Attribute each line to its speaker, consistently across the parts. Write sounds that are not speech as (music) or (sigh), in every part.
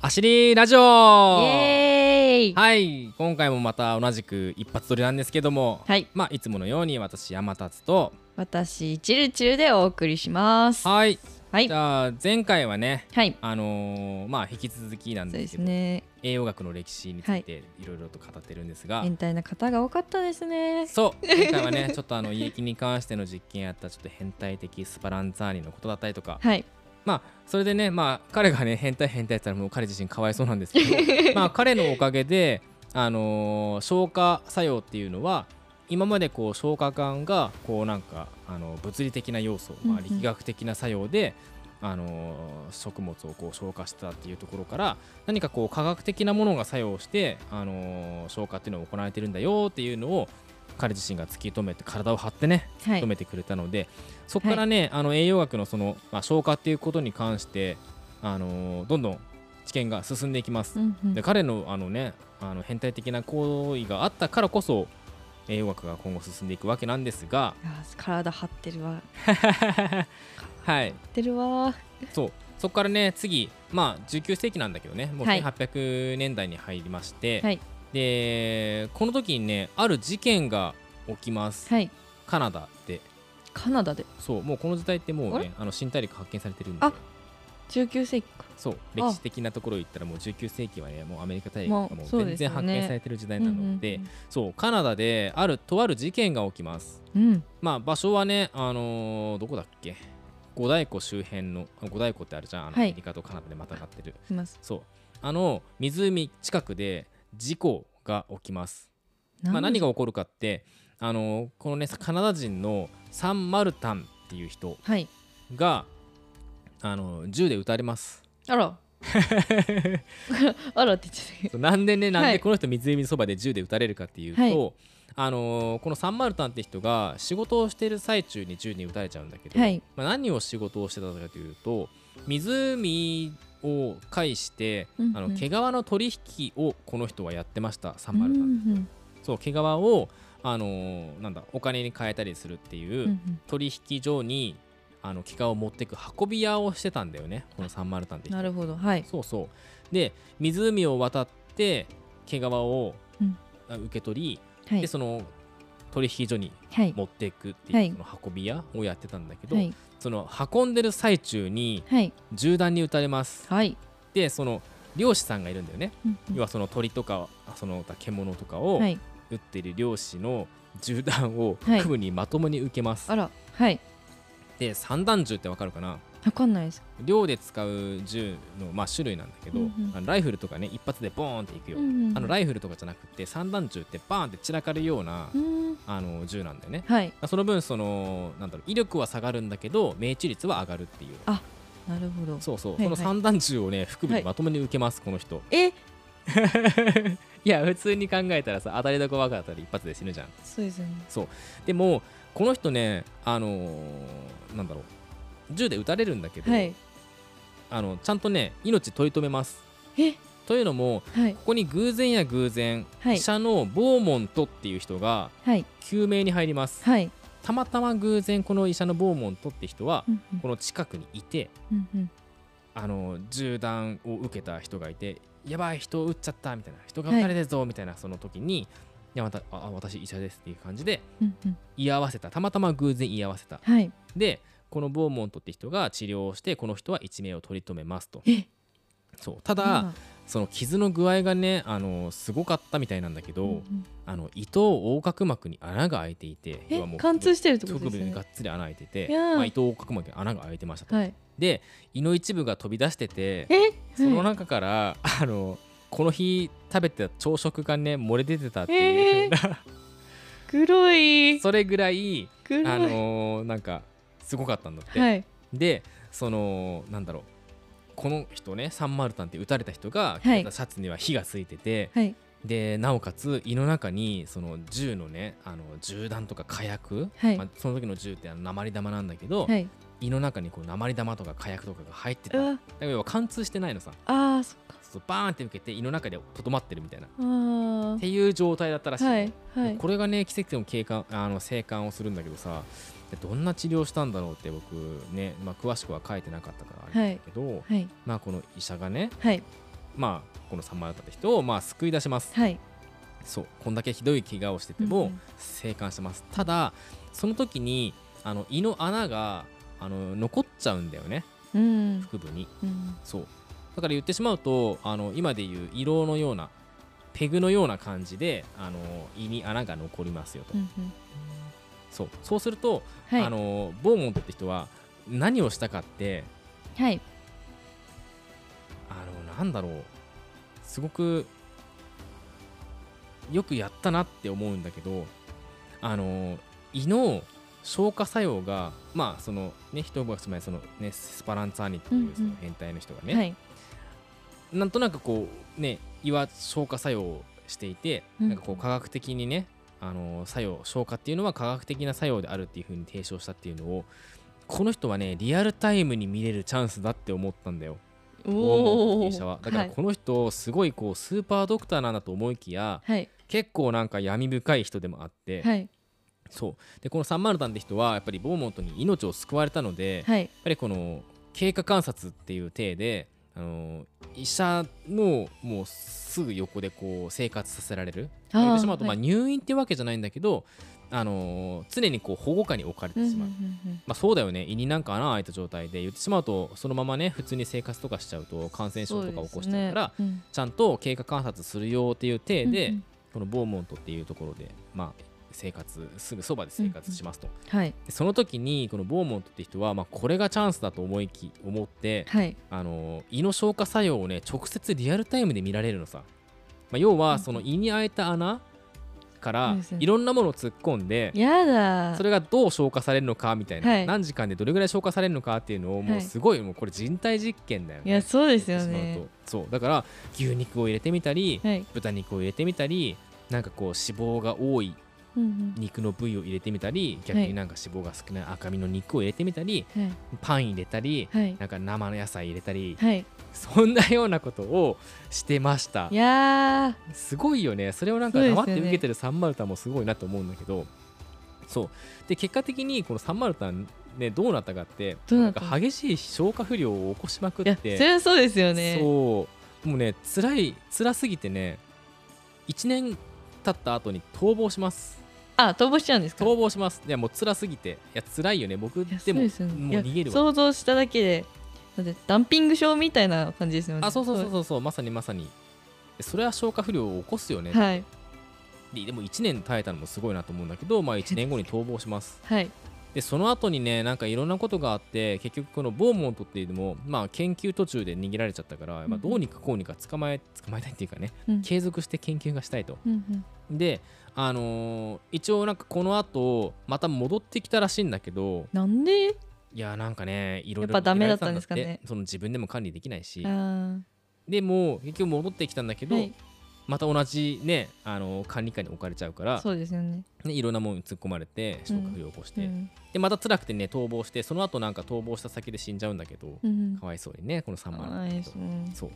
Speaker 1: 走りラジオ
Speaker 2: イエーイ
Speaker 1: はい今回もまた同じく一発撮りなんですけども、
Speaker 2: はい
Speaker 1: まあいつものように私山達と
Speaker 2: 私チルチルでお送りしますは
Speaker 1: はい
Speaker 2: い
Speaker 1: じゃあ前回はね
Speaker 2: はい
Speaker 1: あのーまあ引き続きな
Speaker 2: そうん
Speaker 1: で
Speaker 2: ですす
Speaker 1: けど
Speaker 2: ね
Speaker 1: 栄養学の歴史についていろいろと語ってるんですが、
Speaker 2: 変態な方が多かったですね
Speaker 1: そう今回はねちょっとあの胃液に関しての実験やったちょっと変態的スパランザーニのことだったりとか、
Speaker 2: はい
Speaker 1: まあそれでねまあ彼がね変態変態って言ったらもう彼自身かわいそうなんです
Speaker 2: (laughs)
Speaker 1: けどまあ彼のおかげであのー消化作用っていうのは今までこう消化管がこうなんかあの物理的な要素、まあ、
Speaker 2: うんうん
Speaker 1: 力学的な作用で、あのー食物をこう消化してたっていうところから何かこう科学的なものが作用して、あのー消化っていうのを行われてるんだよっていうのを彼自身が突き止めて体を張ってね
Speaker 2: は
Speaker 1: 止
Speaker 2: い
Speaker 1: めてくれたので、そこからね、あの栄養学のその、まあ、消化っていうことに関して、あのーどんどん知見が進んでいきます。
Speaker 2: うんうん
Speaker 1: で彼のあの、ね、あの変態的な行為があったからこそ栄養学が今後進んでいくわけなんですが、
Speaker 2: あー体張ってるわ張
Speaker 1: はい、
Speaker 2: ってるわ
Speaker 1: そうそこからね次、まあ、19世紀なんだけどねもう
Speaker 2: はい
Speaker 1: 1800年代に入りまして、
Speaker 2: はい
Speaker 1: でこの時にねある事件が起きます、
Speaker 2: はい
Speaker 1: カナダで
Speaker 2: カナダで
Speaker 1: そうもうこの時代ってもう
Speaker 2: あ
Speaker 1: ねあの新大陸発見されてるんで
Speaker 2: あ19世紀か
Speaker 1: そう
Speaker 2: あ
Speaker 1: 歴史的なところを言ったらもう19世紀はねもうアメリカ大陸
Speaker 2: もう
Speaker 1: がもう
Speaker 2: そう
Speaker 1: 全
Speaker 2: ですよ
Speaker 1: 然
Speaker 2: ね
Speaker 1: 発見されてる時代なので
Speaker 2: うん
Speaker 1: そうカナダであるとある事件が起きます
Speaker 2: うんうん
Speaker 1: まあ場所はねあのーどこだっけ五大湖周辺の五大湖ってあるじゃんあのア
Speaker 2: はい
Speaker 1: メリカとカナダでまたがってる、
Speaker 2: います
Speaker 1: そうあの湖近くで事故が起きますまあ、
Speaker 2: なん
Speaker 1: 何
Speaker 2: で
Speaker 1: が起こるかってあのーこのねカナダ人のサンマルタンっていう人
Speaker 2: はい
Speaker 1: があのー銃で撃たれます
Speaker 2: あら
Speaker 1: (laughs)
Speaker 2: あらって言っちゃっ
Speaker 1: そうなんでねなん
Speaker 2: は
Speaker 1: で
Speaker 2: い
Speaker 1: この人湖そばで銃で撃たれるかっていうと、
Speaker 2: はい
Speaker 1: あのーこのサンマルタンって人が仕事をしてる最中に銃に撃たれちゃうんだけど、
Speaker 2: たはい
Speaker 1: まあ、何を仕事をしてたかというと湖を介して、
Speaker 2: うんうん
Speaker 1: あの毛皮の取引をこの人はやってましたサ
Speaker 2: う
Speaker 1: ン
Speaker 2: んう
Speaker 1: マルタン、
Speaker 2: ん
Speaker 1: そう毛皮をあのーなんだお金に変えたりするっていううん取引所にあの毛皮を持ってく運び屋をしてたんだよねこのサンマルタンって
Speaker 2: うん
Speaker 1: 人
Speaker 2: なるほどはい
Speaker 1: そうそうで湖を渡って毛皮を、
Speaker 2: うん
Speaker 1: あ受け取り、
Speaker 2: はい
Speaker 1: でその取引所に
Speaker 2: はい
Speaker 1: 持っていくっていう、
Speaker 2: はい
Speaker 1: その運び屋をやってたんだけど、
Speaker 2: はい
Speaker 1: その運んでる最中に
Speaker 2: はい
Speaker 1: 銃弾に撃たれます
Speaker 2: はい
Speaker 1: でその漁師さんがいるんだよね、
Speaker 2: うんうん
Speaker 1: 要はその鳥とかあその他獣とかを
Speaker 2: はい
Speaker 1: 撃ってる漁師の (laughs) 銃弾を
Speaker 2: はい
Speaker 1: 腹部にまともに受けます、
Speaker 2: あらはい
Speaker 1: で散弾銃ってわかるかな
Speaker 2: わかんないです
Speaker 1: 漁で使う銃の、まあ、種類なんだけど、
Speaker 2: うんうん
Speaker 1: あのライフルとかね一発でボーンっていくよ、
Speaker 2: うんうん
Speaker 1: あのライフルとかじゃなくて散弾銃ってバーンって散らかるような、
Speaker 2: うん
Speaker 1: あの銃なんだよね
Speaker 2: はい
Speaker 1: その分そのなんだろう威力は下がるんだけど命中率は上がるっていう
Speaker 2: なるほど
Speaker 1: そうそう、
Speaker 2: はい
Speaker 1: その散弾銃をね腹部
Speaker 2: は
Speaker 1: に
Speaker 2: い
Speaker 1: まともに受けますこの人、い、
Speaker 2: え
Speaker 1: や普通に考えたらさ当たりどこ分かったら一発で死ぬじゃん
Speaker 2: そうですよね
Speaker 1: でもこの人ねあのーなんだろう銃で撃たれるんだけど、
Speaker 2: はい
Speaker 1: あのちゃんとね命取り留めます
Speaker 2: え
Speaker 1: というのも
Speaker 2: はい
Speaker 1: ここに偶然や偶然、
Speaker 2: はい
Speaker 1: 医者のボーモントっていう人が
Speaker 2: はい
Speaker 1: 救命に入ります
Speaker 2: はい
Speaker 1: たまたま偶然この医者のボーモントって人は
Speaker 2: うんうん
Speaker 1: この近くにいて
Speaker 2: うんうん
Speaker 1: あの銃弾を受けた人がいてやばい人を撃っちゃったみたいな人が撃たれてるぞみたいなその時に、い、やまたああ私医者ですっていう感じで
Speaker 2: うんうん
Speaker 1: 居合わせたたまたま偶然居合わせた
Speaker 2: はい
Speaker 1: でこのボーモントって人が治療をしてこの人は一命を取り留めますと
Speaker 2: え
Speaker 1: そうただその傷の具合がねあのすごかったみたいなんだけど、
Speaker 2: うんうん
Speaker 1: あの胃と横隔膜に穴が開いていて要はも
Speaker 2: え
Speaker 1: う
Speaker 2: 貫通してるってこ
Speaker 1: 腹
Speaker 2: と
Speaker 1: 部
Speaker 2: ですよ
Speaker 1: にが
Speaker 2: ね
Speaker 1: っつり穴開いてて、
Speaker 2: いやー
Speaker 1: まあ、胃と横隔膜に穴が開いてましたと、
Speaker 2: はい
Speaker 1: で胃の一部が飛び出してて
Speaker 2: え
Speaker 1: その
Speaker 2: はい
Speaker 1: 中から、あのこの日食べてた朝食がね漏れ出てたってい
Speaker 2: え
Speaker 1: う、
Speaker 2: ー黒い
Speaker 1: (laughs) それぐらい
Speaker 2: 黒い
Speaker 1: あのーなんかすごかったんだって、
Speaker 2: はい
Speaker 1: でそのなんだろうこの人ねサンマルタンって撃たれた人が着
Speaker 2: はい
Speaker 1: てたシャツには火がついてて、
Speaker 2: はい
Speaker 1: でなおかつ胃の中にその銃のねあの銃弾とか火薬、
Speaker 2: はい
Speaker 1: まあ、その時の銃ってあの鉛玉なんだけど、
Speaker 2: はい
Speaker 1: 胃の中にこう鉛玉とか火薬とかが入って
Speaker 2: う
Speaker 1: ただか
Speaker 2: わ
Speaker 1: ら要は貫通してないのさ
Speaker 2: あーそっか
Speaker 1: そうバーンって受けて胃の中でとどまってるみたいなっ
Speaker 2: あー
Speaker 1: ていう状態だったらしいの、
Speaker 2: はいはい
Speaker 1: これがね奇跡の経過あの生還をするんだけどさでどんな治療したんだろうって僕ね、まあ、詳しくは書いてなかったからあれだけど、
Speaker 2: はい
Speaker 1: まあこの医者がね
Speaker 2: はい
Speaker 1: まあこの三枚だった人をまあ救い出します
Speaker 2: はい
Speaker 1: そうこんだけひどい怪我をしてても、
Speaker 2: うんうん
Speaker 1: 生還してますただその時にあの胃の穴があの残っちゃうんだよね
Speaker 2: うん
Speaker 1: 腹部に
Speaker 2: うん
Speaker 1: そうだから言ってしまうとあの今でいう胃ろうのようなペグのような感じであの胃に穴が残りますよと、
Speaker 2: うん
Speaker 1: そうそうすると、
Speaker 2: はい
Speaker 1: あのボーモントって人は何をしたかって
Speaker 2: はい
Speaker 1: あのなんだろうすごくよくやったなって思うんだけどあの胃の消化作用がまあそのね一昔前そのねスパランツァーニっていうそ
Speaker 2: うんう
Speaker 1: の
Speaker 2: ん
Speaker 1: 変態の人がね、
Speaker 2: はい
Speaker 1: なんとなくこうね胃は消化作用をしていて、
Speaker 2: うん
Speaker 1: なんかこう科学的にねあの作用消化っていうのは科学的な作用であるっていうふうに提唱したっていうのをこの人はねリアルタイムに見れるチャンスだって思ったんだよ。
Speaker 2: おお
Speaker 1: 医者はだから
Speaker 2: はい
Speaker 1: この人すごいこうスーパードクターなんだと思いきや
Speaker 2: はい
Speaker 1: 結構なんか闇深い人でもあって、
Speaker 2: はい
Speaker 1: そうでこのサンマルタンって人はやっぱりボーモントに命を救われたので、やっ
Speaker 2: はい
Speaker 1: ぱりこの経過観察っていう体で、あの医者のもうすぐ横でこう生活させられる
Speaker 2: あー
Speaker 1: 言ってしまうと、
Speaker 2: はい
Speaker 1: まあ、入院ってわけじゃないんだけど、あの常にこう保護下に置かれて
Speaker 2: うんうん
Speaker 1: しまう。
Speaker 2: うん
Speaker 1: まあ、そうだよね胃になんか穴開いた状態で言ってしまうとそのままね普通に生活とかしちゃうと感染症とか起こしちゃうから
Speaker 2: そうですね
Speaker 1: ちゃんと経過観察するよっていう体
Speaker 2: うん
Speaker 1: で、
Speaker 2: うんうん
Speaker 1: このボーモントっていうところで、まあ、生活すぐそばで生活しますと、
Speaker 2: はい
Speaker 1: でその時にこのボーモントって人は、まあ、これがチャンスだと思いき思って、
Speaker 2: はい
Speaker 1: あの胃の消化作用をね直接リアルタイムで見られるのさ、まあ、要はその胃に開いた穴から
Speaker 2: そうですね
Speaker 1: いろんなものを突っ込んで
Speaker 2: やだ
Speaker 1: それがどう消化されるのかみたいな、
Speaker 2: はい
Speaker 1: 何時間でどれぐらい消化されるのかっていうのをも
Speaker 2: は
Speaker 1: う
Speaker 2: い
Speaker 1: すごいもうこれ人体実験だよ
Speaker 2: い
Speaker 1: ね。
Speaker 2: やそうですよ
Speaker 1: 言ってしま
Speaker 2: ね
Speaker 1: うとそうだから牛肉を入れてみたり、
Speaker 2: はい
Speaker 1: 豚肉を入れてみたりなんかこう脂肪が多い
Speaker 2: うん
Speaker 1: 肉の部位を入れてみたり逆になんか脂肪が少ない赤身の肉を入れてみたり
Speaker 2: うん
Speaker 1: パン入れたり
Speaker 2: はいはい
Speaker 1: なんか生の野菜入れたり
Speaker 2: はい
Speaker 1: そんなようなことをしてました
Speaker 2: いや
Speaker 1: すごいよねそれをなんか
Speaker 2: そうですよ
Speaker 1: 黙
Speaker 2: ね
Speaker 1: って受けてるサンマルタンもすごいなと思うんだけどそうで結果的にこのサンマルタンねどうなったかって
Speaker 2: どう
Speaker 1: な
Speaker 2: なんった
Speaker 1: か激しい消化不良を起こしまく
Speaker 2: ーいや
Speaker 1: っ
Speaker 2: そ
Speaker 1: て
Speaker 2: りゃそうですよね
Speaker 1: そうもうね辛い辛すぎてね1年経った後に逃亡します
Speaker 2: あ逃亡しちゃうんですか
Speaker 1: 逃亡しますいやもう辛すぎていや辛いよね僕
Speaker 2: いや
Speaker 1: でも
Speaker 2: そうですよね
Speaker 1: もう逃げる
Speaker 2: いや
Speaker 1: わ
Speaker 2: 想像しただけでだってダンピング症みたいな感じですよね
Speaker 1: あそうそうそうそうそうまさにまさにそれは消化不良を起こすよね、
Speaker 2: はい
Speaker 1: ででも1年耐えたのもすごいなと思うんだけど、まあ、1年後に逃亡します
Speaker 2: はい
Speaker 1: でその後にねなんかいろんなことがあって結局このボーモントっていうのも、まあ、研究途中で逃げられちゃったから、
Speaker 2: うん
Speaker 1: ま
Speaker 2: う
Speaker 1: あ、
Speaker 2: ん
Speaker 1: どうにかこうにか捕まえ捕まえたいっていうかね
Speaker 2: うん
Speaker 1: 継続して研究がしたいと
Speaker 2: うんうん
Speaker 1: であのー一応なんかこの後また戻ってきたらしいんだけど
Speaker 2: なんで
Speaker 1: いやなんかねいろいろ
Speaker 2: やっぱダメだったんですかね
Speaker 1: いろいろやられてたんだってその自分でも管理できないし
Speaker 2: あー
Speaker 1: でも結局戻ってきたんだけど、
Speaker 2: はい
Speaker 1: また同じねあのー管理下に置かれちゃうから
Speaker 2: そうですよね
Speaker 1: ね、いろんなものに突っ込まれて消化不良を起こして、
Speaker 2: うん
Speaker 1: でまた辛くてね逃亡してその後なんか逃亡した先で死んじゃうんだけど、
Speaker 2: うん
Speaker 1: かわいそうにねこの3
Speaker 2: か
Speaker 1: 万
Speaker 2: わいそう
Speaker 1: そう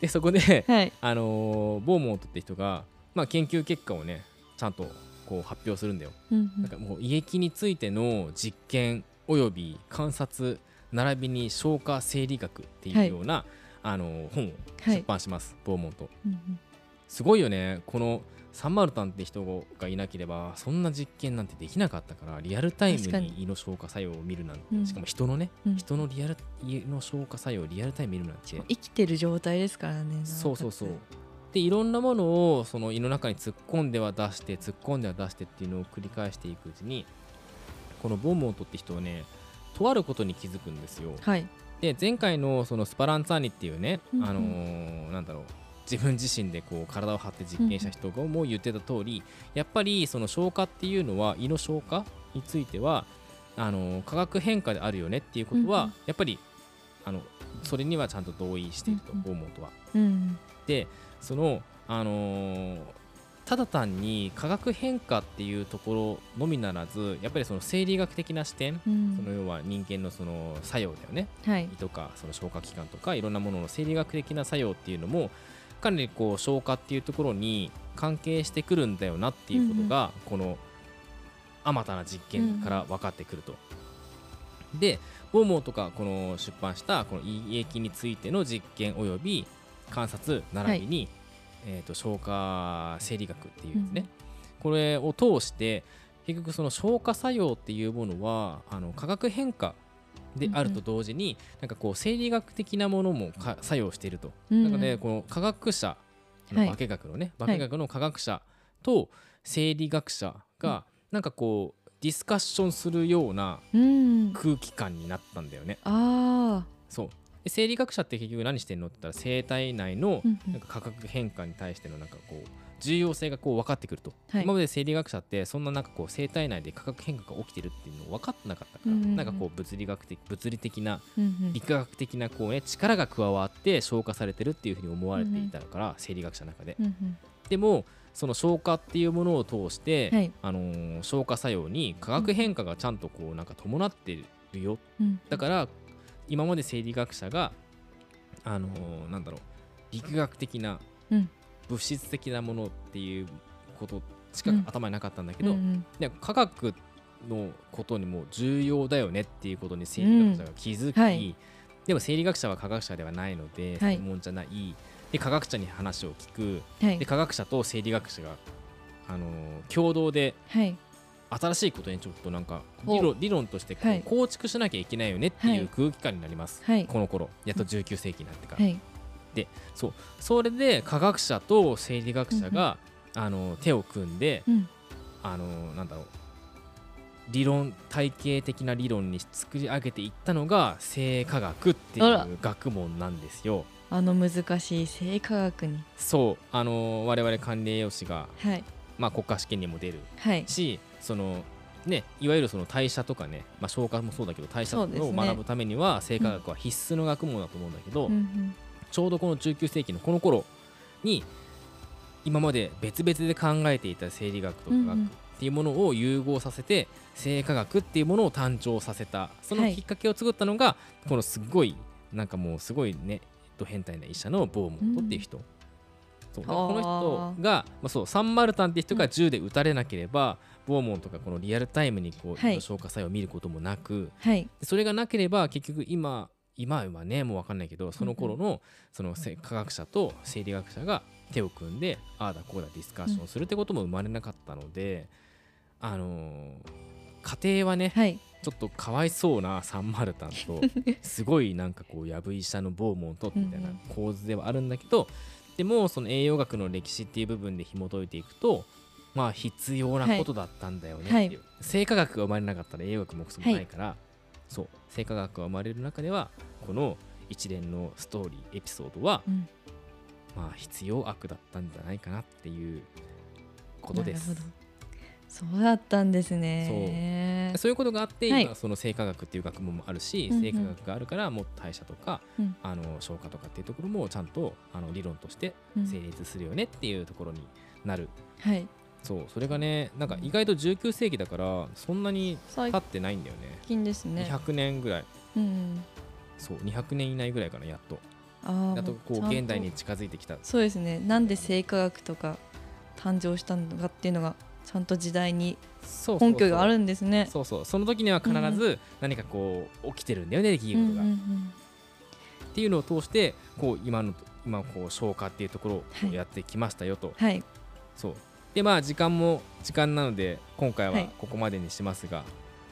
Speaker 1: でそこで、
Speaker 2: はい
Speaker 1: あのーボーモントって人が、まあ、研究結果をねちゃんとこう発表するんだよ、
Speaker 2: うんう
Speaker 1: なんかもう胃液についての実験および観察並びに消化生理学っていうような、あのー本を出版します、ボーモント
Speaker 2: んうん
Speaker 1: すごいよねこのサンマルタンって人がいなければそんな実験なんてできなかったからリアルタイム
Speaker 2: 確か
Speaker 1: に
Speaker 2: に
Speaker 1: 胃の消化作用を見るなんて、
Speaker 2: うん
Speaker 1: しかも人のね、
Speaker 2: うん
Speaker 1: 人のリアル胃の消化作用をリアルタイムに見るなんて
Speaker 2: 生きてる状態ですからね
Speaker 1: そうそうそうでいろんなものをその胃の中に突っ込んでは出して突っ込んでは出してっていうのを繰り返していくうちにこのボーモントって人はねとあることに気づくんですよ
Speaker 2: はい
Speaker 1: で前回のそのスパランツァーニっていうね、
Speaker 2: うんうん
Speaker 1: あのーなんだろう自分自身でこう体を張って実験した人がもう言ってた通り、やっぱりその消化っていうのは胃の消化についてはあのー化学変化であるよねっていうことは、
Speaker 2: うんうん
Speaker 1: やっぱりあのそれにはちゃんと同意していると、
Speaker 2: うんうん
Speaker 1: ボーモントは。
Speaker 2: うん
Speaker 1: でその、あのーただ単に化学変化っていうところのみならずやっぱりその生理学的な視点、
Speaker 2: う
Speaker 1: その
Speaker 2: ん
Speaker 1: 要は人間のその作用だよね
Speaker 2: はい
Speaker 1: 胃とかその消化器官とかいろんなものの生理学的な作用っていうのもかなりこう消化っていうところに関係してくるんだよなっていうことが、このあまたな実験から分かってくると。でボーモーとかこの出版したこの胃液についての実験および観察習いに、えー、と消化生理学っていうですね、これを通して結局その消化作用っていうものはあの化学変化であると同時に、なんかこう生理学的なものもか作用していると、
Speaker 2: うん
Speaker 1: なのでこの科学者
Speaker 2: は
Speaker 1: の
Speaker 2: い
Speaker 1: 化学のね、
Speaker 2: い
Speaker 1: 化学の科学者と生理学者がなんかこうディスカッションするような
Speaker 2: うん
Speaker 1: 空気感になったんだよね。
Speaker 2: ああ
Speaker 1: そうで生理学者って結局何してんのって言ったら生体内の
Speaker 2: うんうん
Speaker 1: なんか価格変化に対してのなんかこう重要性がこう分かってくると、
Speaker 2: はい
Speaker 1: 今まで生理学者ってそんななんかこう生体内で価格変化が起きてるっていうのを分かってなかったから、
Speaker 2: うんうんうん
Speaker 1: なんかこう物理学的物理的な
Speaker 2: うんうん
Speaker 1: 理化学的なこう、ね、力が加わって消化されてるっていうふうに思われていたから、生理学者の中で、
Speaker 2: うんうん
Speaker 1: でもその消化っていうものを通して、
Speaker 2: はい
Speaker 1: あのー消化作用に化学変化がちゃんとこうなんか伴ってるよ
Speaker 2: うん
Speaker 1: だから今まで生理学者があのーなんだろう力学的な
Speaker 2: うん
Speaker 1: 物質的なものっていうことしか
Speaker 2: うん
Speaker 1: 頭になかったんだけど、
Speaker 2: うんうん
Speaker 1: で科学のことにも重要だよねっていうことに生理学者が気づき、
Speaker 2: うんはい
Speaker 1: でも生理学者は科学者ではないので
Speaker 2: はい
Speaker 1: 専門じゃない、で科学者に話を聞く
Speaker 2: は
Speaker 1: で
Speaker 2: い
Speaker 1: 科学者と生理学者が、あのー共同で
Speaker 2: はい
Speaker 1: 新しいことにちょっとなんか
Speaker 2: ほう
Speaker 1: 理論理論としてこう
Speaker 2: はい
Speaker 1: 構築しなきゃいけないよねって
Speaker 2: はいいう
Speaker 1: 空気感になります、
Speaker 2: はい
Speaker 1: この頃やっと19世紀になってから、
Speaker 2: はい
Speaker 1: それで科学者と生理学者が、あの手を組んで、
Speaker 2: うん
Speaker 1: あのなんだろう理論体系的な理論に作り上げていったのが生化学ってい
Speaker 2: あら
Speaker 1: う学問なんですよ。
Speaker 2: あの難しい生化学に
Speaker 1: そうあの我々管理栄養士が、
Speaker 2: はい
Speaker 1: まあ、国家試験にも出る
Speaker 2: はい
Speaker 1: しそのね、いわゆるその代謝とかね、まあ、消化もそうだけど代謝
Speaker 2: そうですね
Speaker 1: を学ぶためには生化学は必須の学問だと思うんだけど、
Speaker 2: うんうん
Speaker 1: ちょうどこの19世紀のこの頃に今まで別々で考えていた生理学と化
Speaker 2: うんう
Speaker 1: 学っ
Speaker 2: ん
Speaker 1: ていうものを融合させて生化学っていうものを誕生させたその
Speaker 2: はい
Speaker 1: きっかけを作ったのが、このすっごいなんかもうすごいねド変態な医者のボーモントっていう人、そうだからこの
Speaker 2: あ
Speaker 1: 人が、まあ、そうサンマルタンっていう人が銃で撃たれなければ、ボーモントがこのリアルタイムにこう、
Speaker 2: はい
Speaker 1: 消化作用を見ることもなく、
Speaker 2: はい
Speaker 1: それがなければ結局今今はねもう分かんないけどその頃のそのせ科学者と生理学者が手を組んでああだこうだディスカッションするってことも生まれなかったので、あのー家庭はね
Speaker 2: はい
Speaker 1: ちょっとかわいそうなサンマルタンとすごいなんかこうやぶ医者のボーモンとみたいな
Speaker 2: うん
Speaker 1: 構図ではあるんだけどでもその栄養学の歴史っていう部分で紐解いていくとまあ必要なことだったんだよねっていう、生化学が生まれなかったら栄養学もくそもないから、そう生化学が生まれる中ではこの一連のストーリーエピソードは、
Speaker 2: うん
Speaker 1: まあ必要悪だったんじゃないかなっていうことです
Speaker 2: なる。ほどそうだったんですね
Speaker 1: そういうことがあって、
Speaker 2: はい
Speaker 1: 今その生化学っていう学問もあるし、
Speaker 2: うんうん
Speaker 1: 生化学があるからもっと代謝とか、
Speaker 2: うん
Speaker 1: あの消化とかっていうところもちゃんとあの理論として
Speaker 2: うん
Speaker 1: 成立するよねっていうところになる、
Speaker 2: はい
Speaker 1: そうそれがねなんか意外と19世紀だからそんなに
Speaker 2: 最
Speaker 1: 経ってないんだよね
Speaker 2: 近ですね
Speaker 1: 200年ぐらい
Speaker 2: うん
Speaker 1: そう200年以内ぐらいかなやっと
Speaker 2: ああ
Speaker 1: やっとこ
Speaker 2: ち
Speaker 1: う
Speaker 2: ゃんと
Speaker 1: 現代に近づいてきた
Speaker 2: そうですねなんで生化学とか誕生したのかっていうのがちゃんと時代に
Speaker 1: そうそうそう
Speaker 2: 根拠があるんですね。
Speaker 1: そうそうその時には必ず何かこう起きてるんだよね出来
Speaker 2: うん
Speaker 1: 事
Speaker 2: うん
Speaker 1: が、
Speaker 2: う
Speaker 1: っ
Speaker 2: ん
Speaker 1: ていうのを通してこう今の今こう消化っていうところをこ
Speaker 2: は
Speaker 1: う
Speaker 2: い
Speaker 1: やってきましたよと、
Speaker 2: はい
Speaker 1: そうでまあ時間も時間なので今回
Speaker 2: は
Speaker 1: はいここまでにしますが、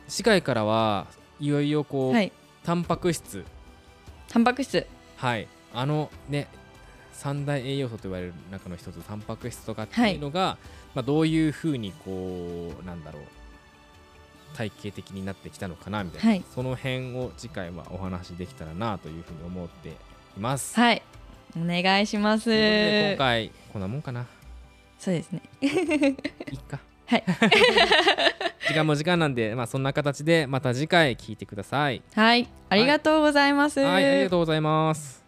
Speaker 1: 次回からはいよいよこう、
Speaker 2: はい
Speaker 1: タンパク質
Speaker 2: タンパク質
Speaker 1: はいあのね三大栄養素と言われる中の一つタンパク質とかっていうのが、まあ、どういうふうにこうなんだろう体系的になってきたのかなみたいな、
Speaker 2: はい
Speaker 1: その辺を次回はお話しできたらなというふうに思っています。
Speaker 2: はいお願いしま
Speaker 1: ということです今。回こんなもんか
Speaker 2: (laughs)
Speaker 1: な。
Speaker 2: そうですね。
Speaker 1: いっか。
Speaker 2: はい。
Speaker 1: (laughs) 時間も時間なんで、まあそんな形でまた次回聞いてください。
Speaker 2: はいありがとうございます。
Speaker 1: はい、ありがとうございます。